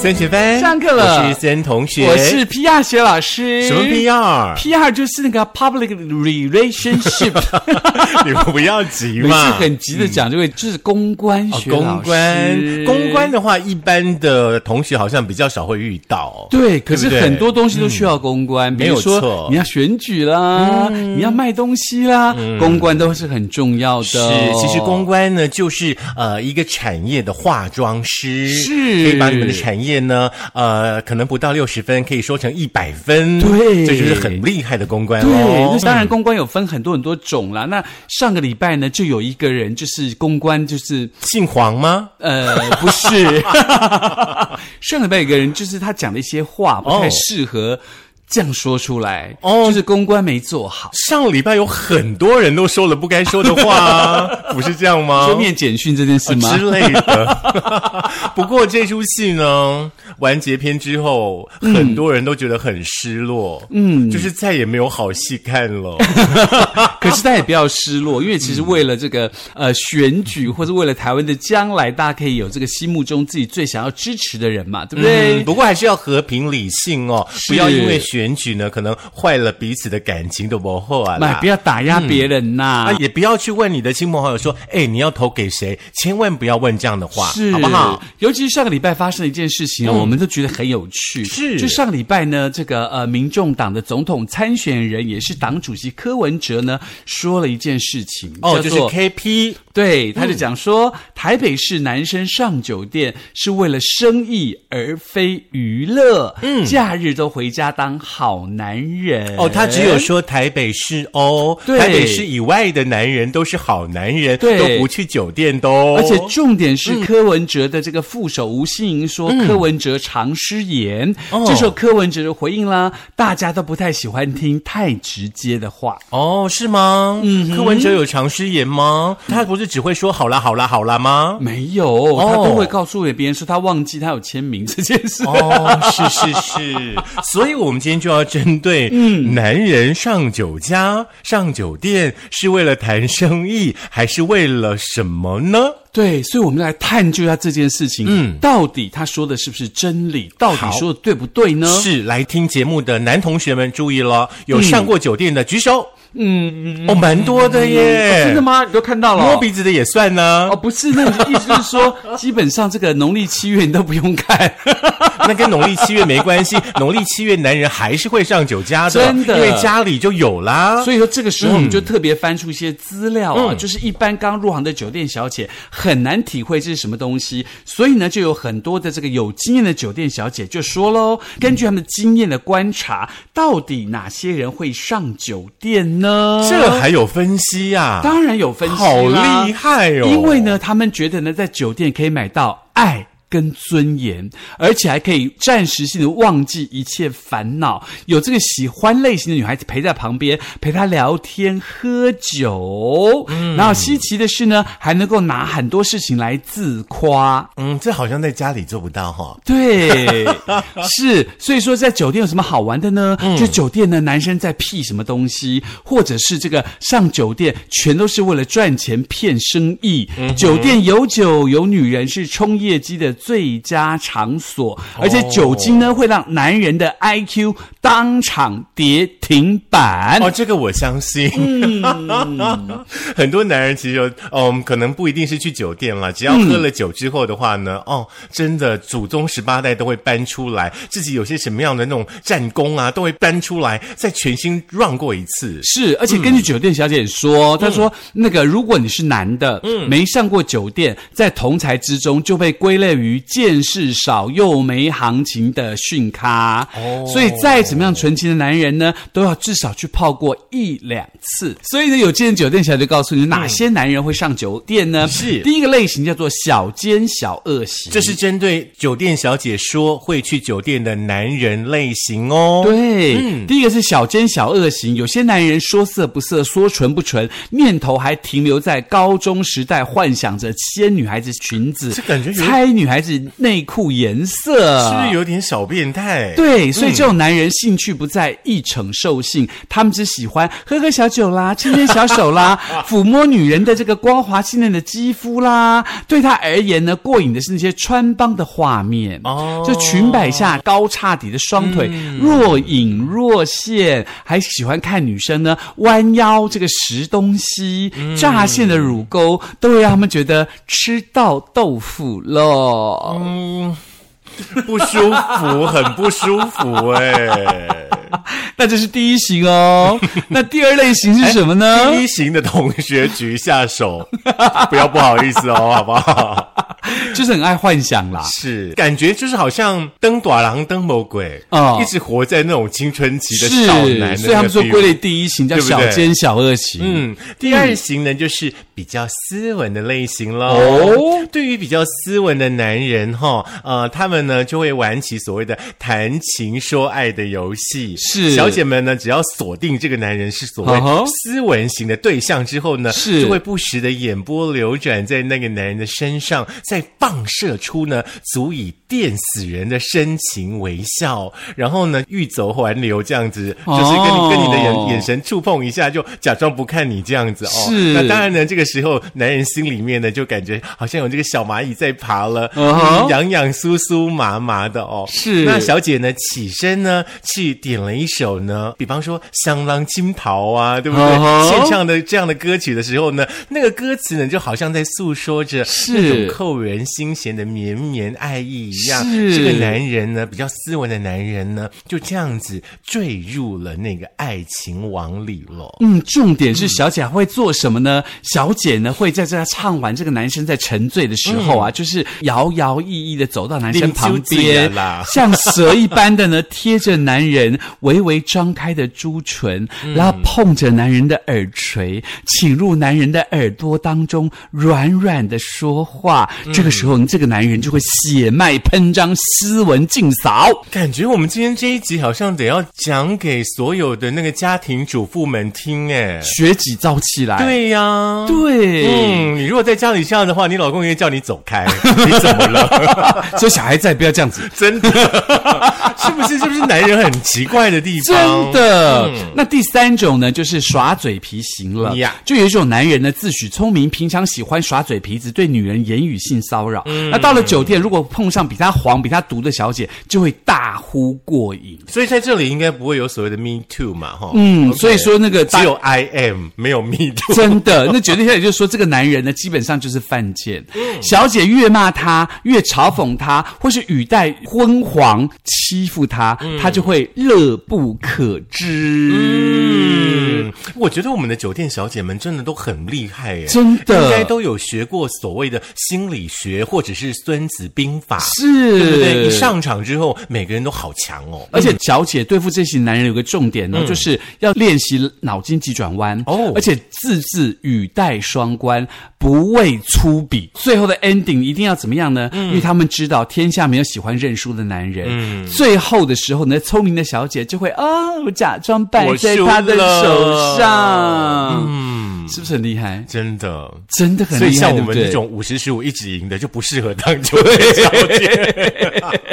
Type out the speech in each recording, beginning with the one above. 三学分上课了我是森同学，我是 PR 学老师。什么 PR？ PR 就是那个 public relationship， 你们不要急每次 嘛。很急的讲，就会就是公关哦学老师、公关，哦公关的话，一般的同学好像比较少会遇到。对，可对是不对嗯很多东西都需要公关，比没有如错嗯说你要选举啦，你要卖东西啦，公关都是很重要的是哦、，其实公关呢，就是呃一个产业的化妆师，是可以把你们的产业呢，呃，可能不到六十分，可以说成一百分，对这就是很厉害的公关对，哦。那当然公关有分很多很多种啦。那上个礼拜呢，就有一个人就是公关，就是姓黄吗？呃，不是， 上礼拜有个人就是他讲的一些话不太适合这样说出来，哦就是公关没做好。上礼拜有很多人都说了不该说的话 啊，不是这样吗？就念简讯这件事吗？之类的。 不过这出戏呢，完结篇之后，很多人都觉得很失落，嗯，就是再也没有好戏看了。可是大家也不要失落，因为其实为了这个呃选举，或者为了台湾的将来，大家可以有这个心目中自己最想要支持的人嘛，对不对？嗯， 不过还是要和平理性哦，是不要因为选举呢，可能坏了彼此的感情都不好啊买、啦。哎不要打压别人呐、啊，也不要去问你的亲朋好友说，哎，你要投给谁？千万不要问这样的话，是，好不好？？嗯尤其是上个礼拜发生的一件事情啊，我们都觉得很有趣。是就上个礼拜呢，这个呃，民众党的总统参选人也是党主席柯文哲呢，说了一件事情，哦，就叫是做 KP 对，他就讲说，台北市男生上酒店是为了生意而非娱乐，嗯，假日都回家当好男人。哦，他只有说台北市哦，哎对台北市以外的男人都是好男人，对都不去酒店的哦。嗯而且重点是柯文哲的这个副手吴欣盈说柯文哲常失言，哦这时候柯文哲就回应啦，大家都不太喜欢听太直接的话。哦，是吗？嗯，柯文哲有常失言吗？他不是只会说好啦好啦好啦吗？没有，他都会告诉别人说他忘记他有签名这件事。哦，是是是，所以我们今天就要针对，嗯，男人上酒家、上酒店是为了谈生意，还是为了什么呢？对，所以我们来探究一下这件事情，嗯，到底他说的是不是真理？到底说的对不对呢？是来听节目的男同学们注意了，有上过酒店的举手。嗯，哦，蛮多的耶，哦真的吗？你都看到了哦、摸鼻子的也算呢哦，，不是，那你意思就是说， 基本上这个农历七月你都不用看。那跟农历七月没关系。 农历七月男人还是会上酒家的，真的因为家里就有啦。所以说这个时候我们就特别翻出一些资料啊，嗯就是一般刚入行的酒店小姐很难体会这是什么东西，所以呢，就有很多的这个有经验的酒店小姐就说喽，根据他们的经验的观察，到底哪些人会上酒店呢？这还有分析呀、当然有分析啦啊好厉害哦！因为呢，他们觉得呢，在酒店可以买到爱。跟尊严，而且还可以暂时性的忘记一切烦恼。有这个喜欢类型的女孩子陪在旁边，陪她聊天、喝酒。然后稀奇的是呢，还能够拿很多事情来自夸。嗯，这好像在家里做不到哈、对，是，所以说在酒店有什么好玩的呢？就酒店呢，男生在屁什么东西，或者是这个上酒店全都是为了赚钱骗生意。酒店有酒有女人是冲业绩的最佳场所，而且酒精呢会让男人的 IQ 当场跌停板。哦，这个我相信。嗯 很多男人其实有，嗯，可能不一定是去酒店了，只要喝了酒之后的话呢，嗯哦，真的祖宗十八代都会搬出来，自己有些什么样的那种战功啊，都会搬出来，再全新 run 过一次。是，而且根据酒店小姐说，嗯她说那个如果你是男的，没上过酒店，在同才之中就被归类于见识少又没行情的逊咖。哦所以再怎么样纯情的男人呢，都要至少去泡过一两次。所以呢，有间酒店小姐就告诉你哪些男人会上酒店呢？嗯是第一个类型叫做小奸小恶型，这是针对酒店小姐说会去酒店的男人类型哦。对，第一个是小奸小恶型，有些男人说色不色，说纯不纯，念头还停留在高中时代，幻想着掀女孩子裙子，这感觉有猜女孩孩子内裤颜色，是不是有点小变态？啊对，所以这种男人兴趣不在一逞兽性，他们只喜欢喝喝小酒啦，牵牵小手啦，抚摸女人的这个光滑细嫩的肌肤啦。对他而言呢，过瘾的是那些穿帮的画面，哦就裙摆下高叉底的双腿、若隐若现，还喜欢看女生呢弯腰这个拾东西、乍现的乳沟，都会让他们觉得吃到豆腐喽。不舒服，很不舒服哎、那这是第一型 哦。那第二类型是什么呢？第一型的同学举一下手，不要不好意思哦，好不 啊好？就是很爱幻想啦。是，感觉就是好像登短廊登魔鬼哦一直活在那种青春期的是少男的那个 feel，所以他们说归类第一型叫对不小对奸小恶型。嗯，第二型呢，就是比较斯文的类型喽。哦对于比较斯文的男人哈、呃，他们呢就会玩起所谓的谈情说爱的游戏。是小姐们呢，只要锁定这个男人是所谓啊哈斯文型的对象之后呢，是就会不时的眼波流转在那个男人的身上，再蚌射出呢足以电死人的深情微笑，然后呢欲走还留这样子，就是跟你、跟你的哦眼眼神。神触碰一下，就假装不看你这样子哦。是那当然呢，这个时候男人心里面呢，就感觉好像有这个小蚂蚁在爬了，嗯哼嗯痒痒酥酥麻麻的哦。是那小姐呢，起身呢，去点了一首呢，比方说《香浪金桃》啊，对不对嗯哼献唱的这样的歌曲的时候呢，那个歌词呢，就好像在诉说着是那种扣人心弦的绵绵爱意一样。是这个男人呢，比较斯文的男人呢，就这样子坠入了那个爱情网里了。嗯，重点是小姐会做什么呢？小姐呢会在这唱完这个男生在沉醉的时候啊，就是摇摇曳曳的走到男生旁拎酒嗯醉边了啦，像蛇一般的呢贴着男人微微张开的朱唇，嗯然后碰着男人的耳垂，侵入男人的耳朵当中，软软的说话。嗯这个时候，这个男人就会血脉喷张，斯文尽扫。感觉我们今天这一集好像得要讲给所有的那个家庭主妇们听哎。学几造起来，对呀、对，嗯，你如果在家里这样的话，你老公也叫你走开， 你怎么 了？所以小孩在不要这样子。真的， 是不是？是不是男人很奇怪的地方？真的。那第三种呢，就是耍嘴皮型了。嗯呀就有一种男人呢，自诩聪明，平常喜欢耍嘴皮子，对女人言语性骚扰。嗯那到了酒店，如果碰上比他黄、比他毒的小姐，就会大呼过瘾。所以在这里应该不会有所谓的 me too 嘛，哈。嗯 OK 所以说那个大只有 I am 没有 me too。真的， 那酒店小姐就说，这个男人呢，基本上就是犯贱。嗯小姐越骂他，越嘲讽他，或是语带昏黄欺负他，他就会乐不可支。嗯，我觉得我们的酒店小姐们真的都很厉害耶，真的应该都有学过所谓的心理学或者是《孙子兵法》，是，对不对？一上场之后，每个人都好强哦。嗯而且小姐对付这些男人有个重点呢，就是要练习脑筋急转弯嗯哦而且字字语带双关，不畏粗鄙。最后的 ending 一定要怎么样呢？嗯因为他们知道天下没有喜欢认输的男人。最后的时候呢，聪明的小姐就会啊、我假装败我在输他的了手上，嗯，是不是很厉害？真的，真的很所以厉害，像我对不们对这种五十十五一直赢的，就不适合当酒店小姐。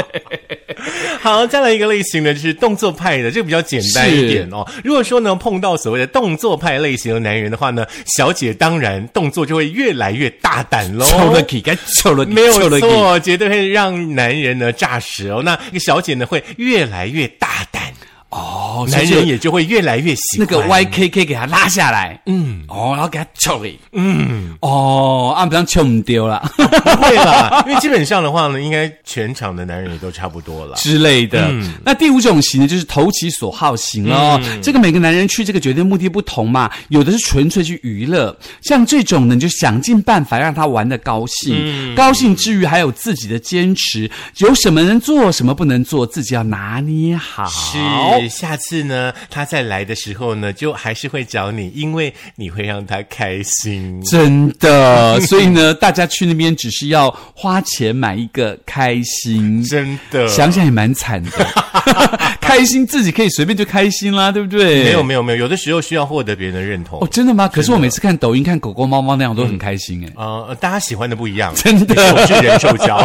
好，再来一个类型呢，就是动作派的，这个比较简单一点哦。如果说呢碰到所谓的动作派类型的男人的话呢，小姐当然动作就会越来越大胆喽。臭了给，该臭了给，哦没臭了有给错，绝对会让男人呢炸舌哦。那个小姐呢会越来越大胆，哦，所男以就人也就会越来越喜那欢个 YKK 给他拉下来，嗯，哦，然后给他抽给，嗯，哦，啊，不然抽唔丢 了不会啦，因为基本上的话呢，应该全场的男人也都差不多了。之类的。那第五种型呢，就是投其所好型哦。这个每个男人去这个酒店目的不同嘛，有的是纯粹去娱乐，像这种呢，你就想尽办法让他玩的高兴，高兴之余还有自己的坚持，有什么能做，什么不能做，自己要拿捏好。是，下次呢，他再来的时候呢，就还是会找你，因为你会让他开心。真的，所以呢，大家去那边只是要花钱买一个开 心，真的想想也蛮惨 的。开心自己可以随便就开心啦，对不对？没有没有没有，有的时候需要获得别人的认同哦，。真的吗？可是我每次看抖音看狗狗、猫猫那样，我都很开心哎、呃，大家喜欢的不一样，真的你是我是人兽 交，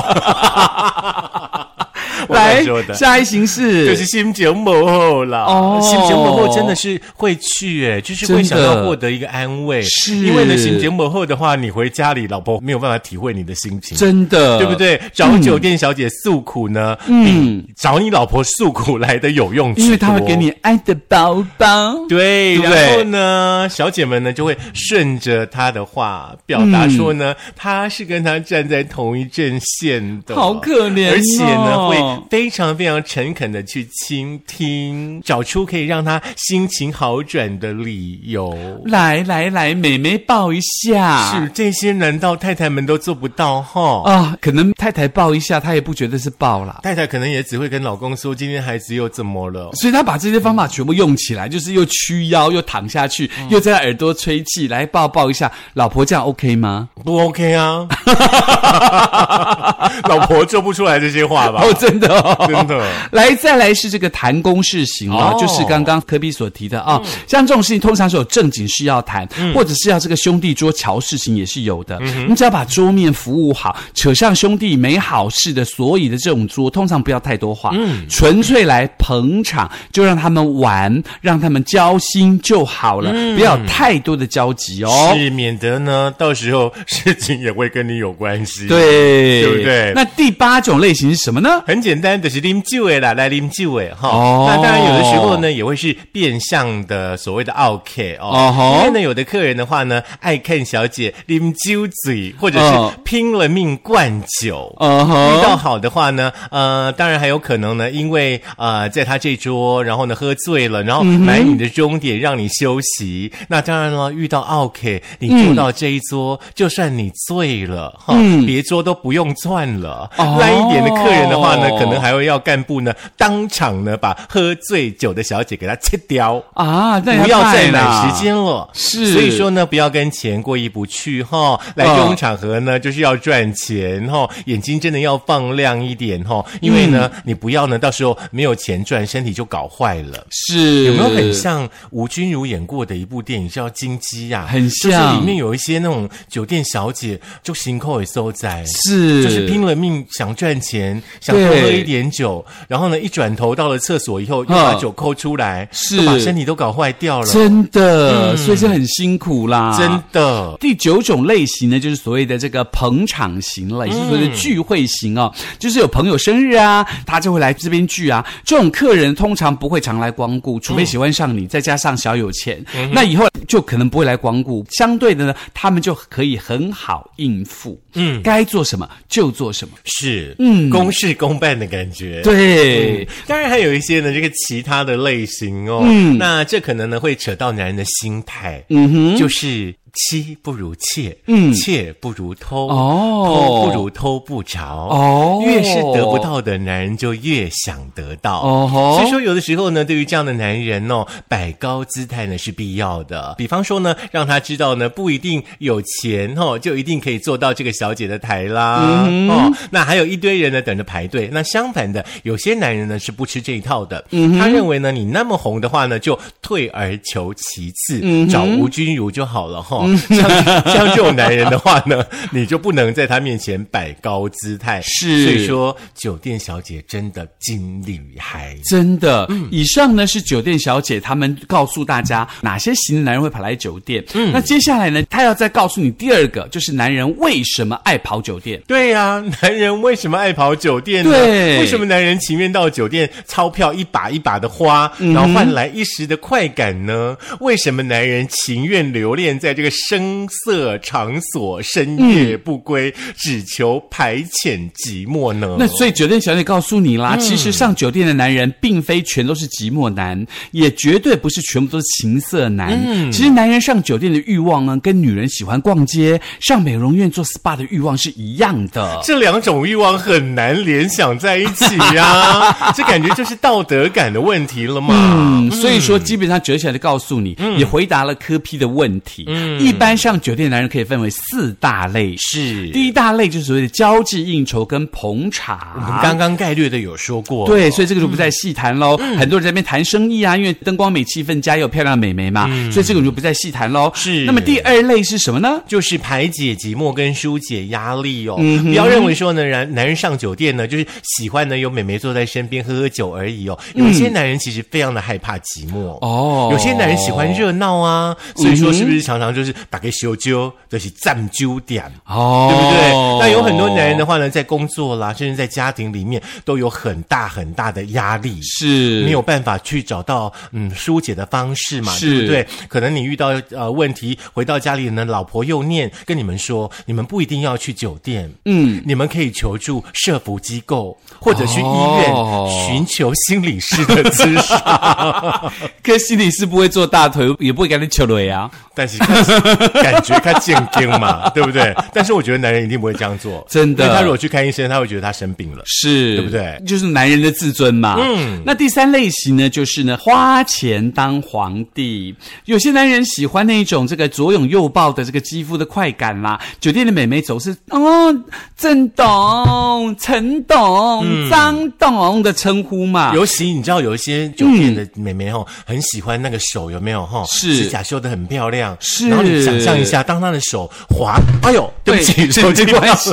嗯我乱说来，的。下一行是就是心情幕后啦，哦心情幕后真的是会去诶，就是会真想的要获得一个安慰，是因为呢，心情幕后的话，你回家里，老婆没有办法体会你的心情，真的，对不？对？嗯找酒店小姐诉苦呢，嗯，找你老婆诉苦来的有用之多，因为他会给你爱的包包。对，对不然后对？呢，小姐们呢就会顺着她的话表达说呢，她是跟她站在同一阵线的，嗯好可怜哦而且呢，会非常非常诚恳的去倾听，找出可以让她心情好转的理由。来来来，美眉抱一下。是这些，难道太太们都做不到哈？啊，可能太太抱一下，她也不觉得是抱啦。太太可能也只会跟老公说，今天孩子又怎么了？所以她把这些方法全部用起来，就是又屈腰，又躺下去，嗯又在耳朵吹气，来抱抱一下，老婆这样 OK 吗？不 OK 啊，老婆做不出来这些话吧？哦，真的、哦，真的。来，再来是这个谈公事型啊，哦嗯就是刚刚科比所提的啊，像这种事情通常是有正经事要谈，或者是要这个兄弟桌瞧事情也是有的。嗯你只要把桌面服务好，扯上兄弟没好事的，所以的这种桌通常不要太多话，嗯纯粹来捧场，就让他们玩，让他们交心就好了，不要有太多的交集哦。嗯是免得呢，到时候事情也会跟你有关系。，对，对不对那第八种类型是什么呢？很简单，就是啉酒诶啦，来啉酒诶哈。哦那当然有的时候呢，也会是变相的所谓的 OK 哦。哦吼因为呢，有的客人的话呢，爱看小姐啉酒嘴，或者嗯是拼了命灌酒。嗯哼遇到好的话呢，呃，当然还有可能呢，因为呃，在他这桌，然后呢喝醉了，然后嗯买你的终点让你休息。那当然了，遇到 OK，你坐到这一桌，就算你醉了哈，别桌都不用转了。嗯哦烂一点的客人的话呢，可能还会要干部呢当场呢把喝醉酒的小姐给他切掉。啊，那不要再办啦买时间了，是哦所以说呢，不要跟钱过意不去哈、来这种场合呢，就是要赚钱哈、眼睛真的要放亮一点哈、因为呢，嗯你不要呢，到时候没有钱赚，身体就搞坏了。是有没有很像吴君如演过的一部电影叫《金鸡》呀？很就是像里面有一些那种酒店小姐就行扣也收窄，是就是拼了命想赚钱，想对多喝一点酒，然后呢，一转头到了厕所以后，又把嗯酒抠出来，是就把身体都搞坏掉了，真的，所以是很辛苦啦，嗯真的。第九种类型呢，就是所谓的这个捧场型了，嗯也就是所谓的聚会型哦，就是有朋友生日啊，他就会来这边聚啊。这种客人通常不会常来光顾，除非喜欢上你，再加上小有钱，嗯那以后就可能不会来光顾。相对的呢，他们就可以很好应付，嗯，该做什么就做什么。是，嗯，公事公办的感觉。对，当然还有一些呢，这个其他的类型哦。嗯，那这可能呢会扯到男人的心态。嗯哼，就是妻不如妾，嗯，妾不如偷，哦偷不如偷不着，哦越是得不到的男人就越想得到。哦吼所以说有的时候呢，对于这样的男人哦，摆高姿态呢是必要的。比方说呢，让他知道呢，不一定有钱哦，就一定可以做到这个小姐的台啦。嗯哦，那还有一堆人呢等着排队。那相反的，有些男人呢是不吃这一套的。嗯他认为呢，你那么红的话呢，就退而求其次，嗯找吴君如就好了哈、哦。像像这种男人的话呢，你就不能在他面前摆高姿态。是所以说酒店小姐真的金厉害。真的，以上呢是酒店小姐她们告诉大家哪些型的男人会跑来酒店。嗯，那接下来呢，她要再告诉你第二个，就是男人为什么爱跑酒店。对呀、男人为什么爱跑酒店呢？对为什么男人情愿到酒店钞票一把一把的嗯花，然后换来一时的快感呢？为什么男人情愿留恋在这个个声色场所，深夜嗯不归，只求排遣寂寞呢？那所以酒店小姐告诉你啦，其实上酒店的男人并非全都是寂寞男，也绝对不是全部都是情色男。其实男人上酒店的欲望呢，跟女人喜欢逛街、上美容院做 SPA 的欲望是一样的。这两种欲望很难联想在一起呀、 这感觉就是道德感的问题了嘛。嗯，所以说基本上九小姐告诉你，嗯也回答了柯 P 的问题。一般上酒店的男人可以分为四大类，是第一大类就是所谓的交际应酬跟捧我们场。刚刚概略的有说过，对，所以这个就不再细谈喽。嗯很多人在那边谈生意啊，因为灯光美、气氛佳，又有漂亮的美眉嘛，所以这个我就不再细谈喽。嗯是那么第二类是什么呢？就是排解寂寞跟疏解压力哦。嗯不要认为说呢，男男人上酒店呢，就是喜欢呢有美眉坐在身边喝喝酒而已哦。有一些男人其实非常的害怕寂寞哦有些男人喜欢热闹啊，所以说是不是常常就是打给小酒，就是占酒点。哦对不对？那有很多男人的话呢，在工作啦，甚至在家庭里面，都有很大很大的压力。是没有办法去找到嗯疏解的方式嘛，对是不对？可能你遇到呃问题，回到家里呢，老婆又念跟你们说，你们不一定要去酒店，嗯，你们可以求助社服机构或者去医院、哦寻求心理师的 咨询，可心理是不会做大腿，也不会跟你求雷啊，但是看感觉他健康嘛，对不对？但是我觉得男人一定不会这样做， 真的因为他如果去看医生，他会觉得他生病了。是对不对就是男人的自尊嘛。嗯，那第三类型呢，就是呢花钱当皇帝。有些男人喜欢那种这个左拥右抱的这个肌肤的快感啦，酒店的美眉总是哦郑董、陈董、张董的称呼嘛。尤其你知道有一些酒店的美眉吼，很喜欢那个手有没有吼？是指甲修得很漂亮，是然后你想象一下，当她的手划，哎呦，对不起，手手机机关关系。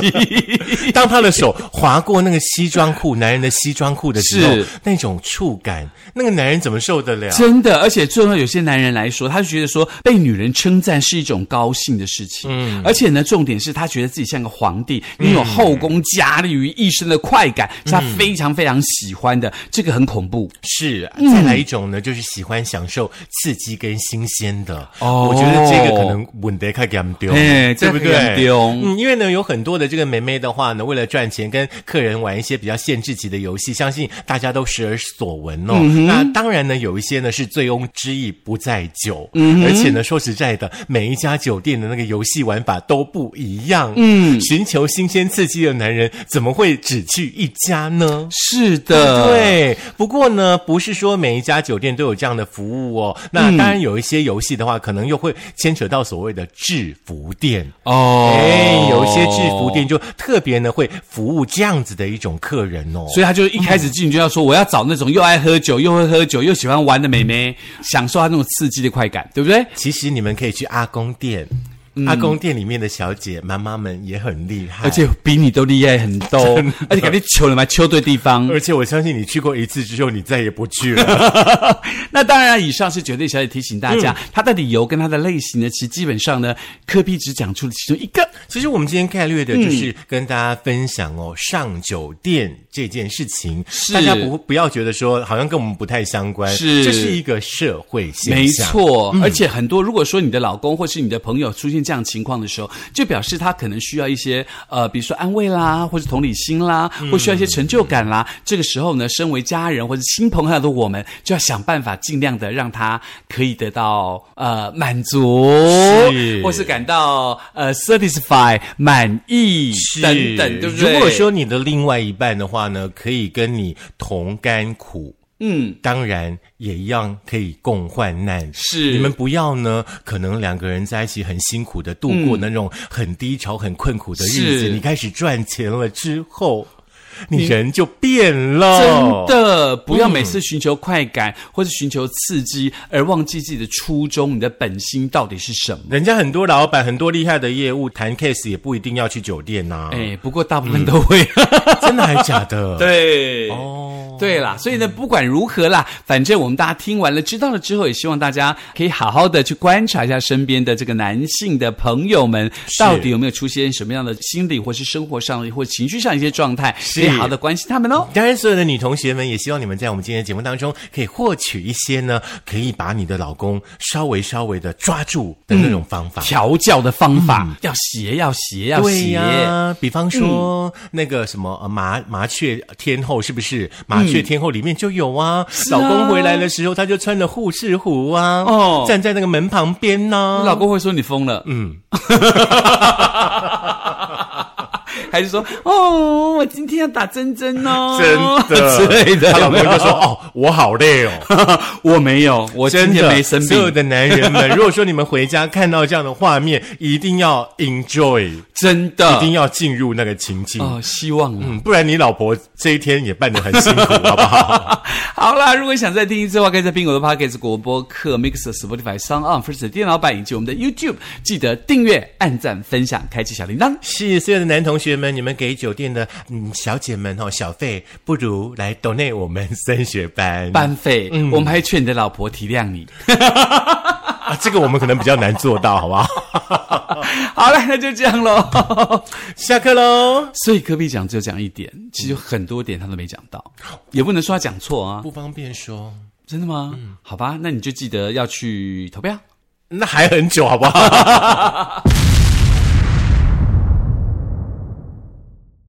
系。当她的手划过那个西装裤，男人的西装裤的时候是，那种触感，那个男人怎么受得了？真的，而且最后有些男人来说，他就觉得说被女人称赞是一种高兴的事情。嗯，而且呢，重点是他觉得自己像个皇帝，拥有后宫佳丽于一身的快感，是他非常非常喜欢的。这个很恐怖，是，再来一种呢，就是喜欢享受刺激跟新鲜的。哦我觉得这个可能稳得开给他们丢，嘿对不这个很对？丢嗯，因为呢，有很多的这个妹妹的话呢，为了赚钱跟客人玩一些比较限制级的游戏，相信大家都时而所闻哦。嗯那当然呢，有一些呢是醉翁之意不在酒，嗯而且呢，说实在的，每一家酒店的那个游戏玩法都不一样。嗯，寻求新鲜刺激的男人怎么会只去一家呢？是的，。对，不过呢，不是说每一家酒店都有这样的服务哦。那当然有一些游戏的话，可能又会牵扯到所谓的制服店。哦，哎，有一些制服店，就特别呢会服务这样子的一种客人哦。所以他就一开始进去就要说，我要找那种又爱喝酒、又会喝酒、又喜欢玩的美眉，享受她那种刺激的快感，对不对？其实你们可以去阿公店，阿公店里面的小姐妈妈们也很厉害，嗯而且比你都厉害很多，而且感觉求了嘛，求对地方。而且我相信你去过一次之后，你再也不去了。 那当然，以上是绝对小姐提醒大家，嗯她的理由跟她的类型呢，其实基本上呢，科比只讲出了其中一个。其实我们今天概略嗯的就是跟大家分享哦，上酒店这件事情，是大家不不要觉得说好像跟我们不太相关，是这是一个社会现象，没。错，嗯而且很多，如果说你的老公或是你的朋友出现这样情况的时候，就表示他可能需要一些呃，比如说安慰啦，或是同理心啦，嗯或需要一些成就感啦。这个时候呢，身为家人或者亲朋好友的我们，就要想办法尽量的让他可以得到呃满足，是或是感到呃 satisfy 满意等等，对不对？如果说你的另外一半的话呢，可以跟你同甘苦，嗯。当然也一样可以共患难。是你们不要呢，可能两个人在一起很辛苦的度过那种很低潮、很困苦的日子。嗯是你开始赚钱了之后，你人就变了，真。的哦不要每次寻求快嗯感、或是寻求刺激，而忘记自己的初衷，你的本心到底是什么。人家很多老板，很多厉害的业务谈 case 也不一定要去酒店呐、哎，不过大部分都会。真的还假的？。 对，哦，对啦，所以呢，不管如何啦，反正我们大家听完了、知道了之后，也希望大家可以好好的去观察一下身边的这个男性的朋友们，到底有没有出现什么样的心理或是生活上或情绪上一些状态，是也以好的关心他们哦。当然，所有的女同学们也希望你们在我们今天的节目当中，可以获取一些呢，可以把你的老公稍微稍微的抓住的那种方法。调教的方法、要斜，要斜，嗯要嗯对斜。呀、比方说、那个什么、呃、麻麻雀天后是不是？嗯麻雀天后里面就有啊，老公回来的时候他就穿了护士服啊，哦站在那个门旁边呢、老公会说你疯了，嗯， 还是说哦，我今天要打针针哦， 真的之类的，她老公有没就有说：“ 哦，我好累哦。” 我没有，我今真天的没生所有病，的男人们，如果说你们回家看到这样的画面，一定要 enjoy，一真的定要进入那个情境。哦，希望了。嗯，不然你老婆这一天也办得很辛苦，好不好？ 好啦，如果想再听一次的话，可以在苹果的 Podcast、国播客、Mixer、Spotify、s o n On、First 电脑版以及我们的 YouTube，记得订阅、按赞、分享、开启小铃铛。是所有的男同学们，你们给酒店的嗯小姐们哦小费，不如来 donate 我们升学班班费，嗯我们还劝你的老婆体谅你。啊，这个我们可能比较难做到，好不好？好了，那就这样喽。下课喽，所以科比讲只有讲一点，其实有很多点他都没讲到，也不能说他讲错啊。不方便说，真的吗？好吧，那你就记得要去投票。那还很久，好不好？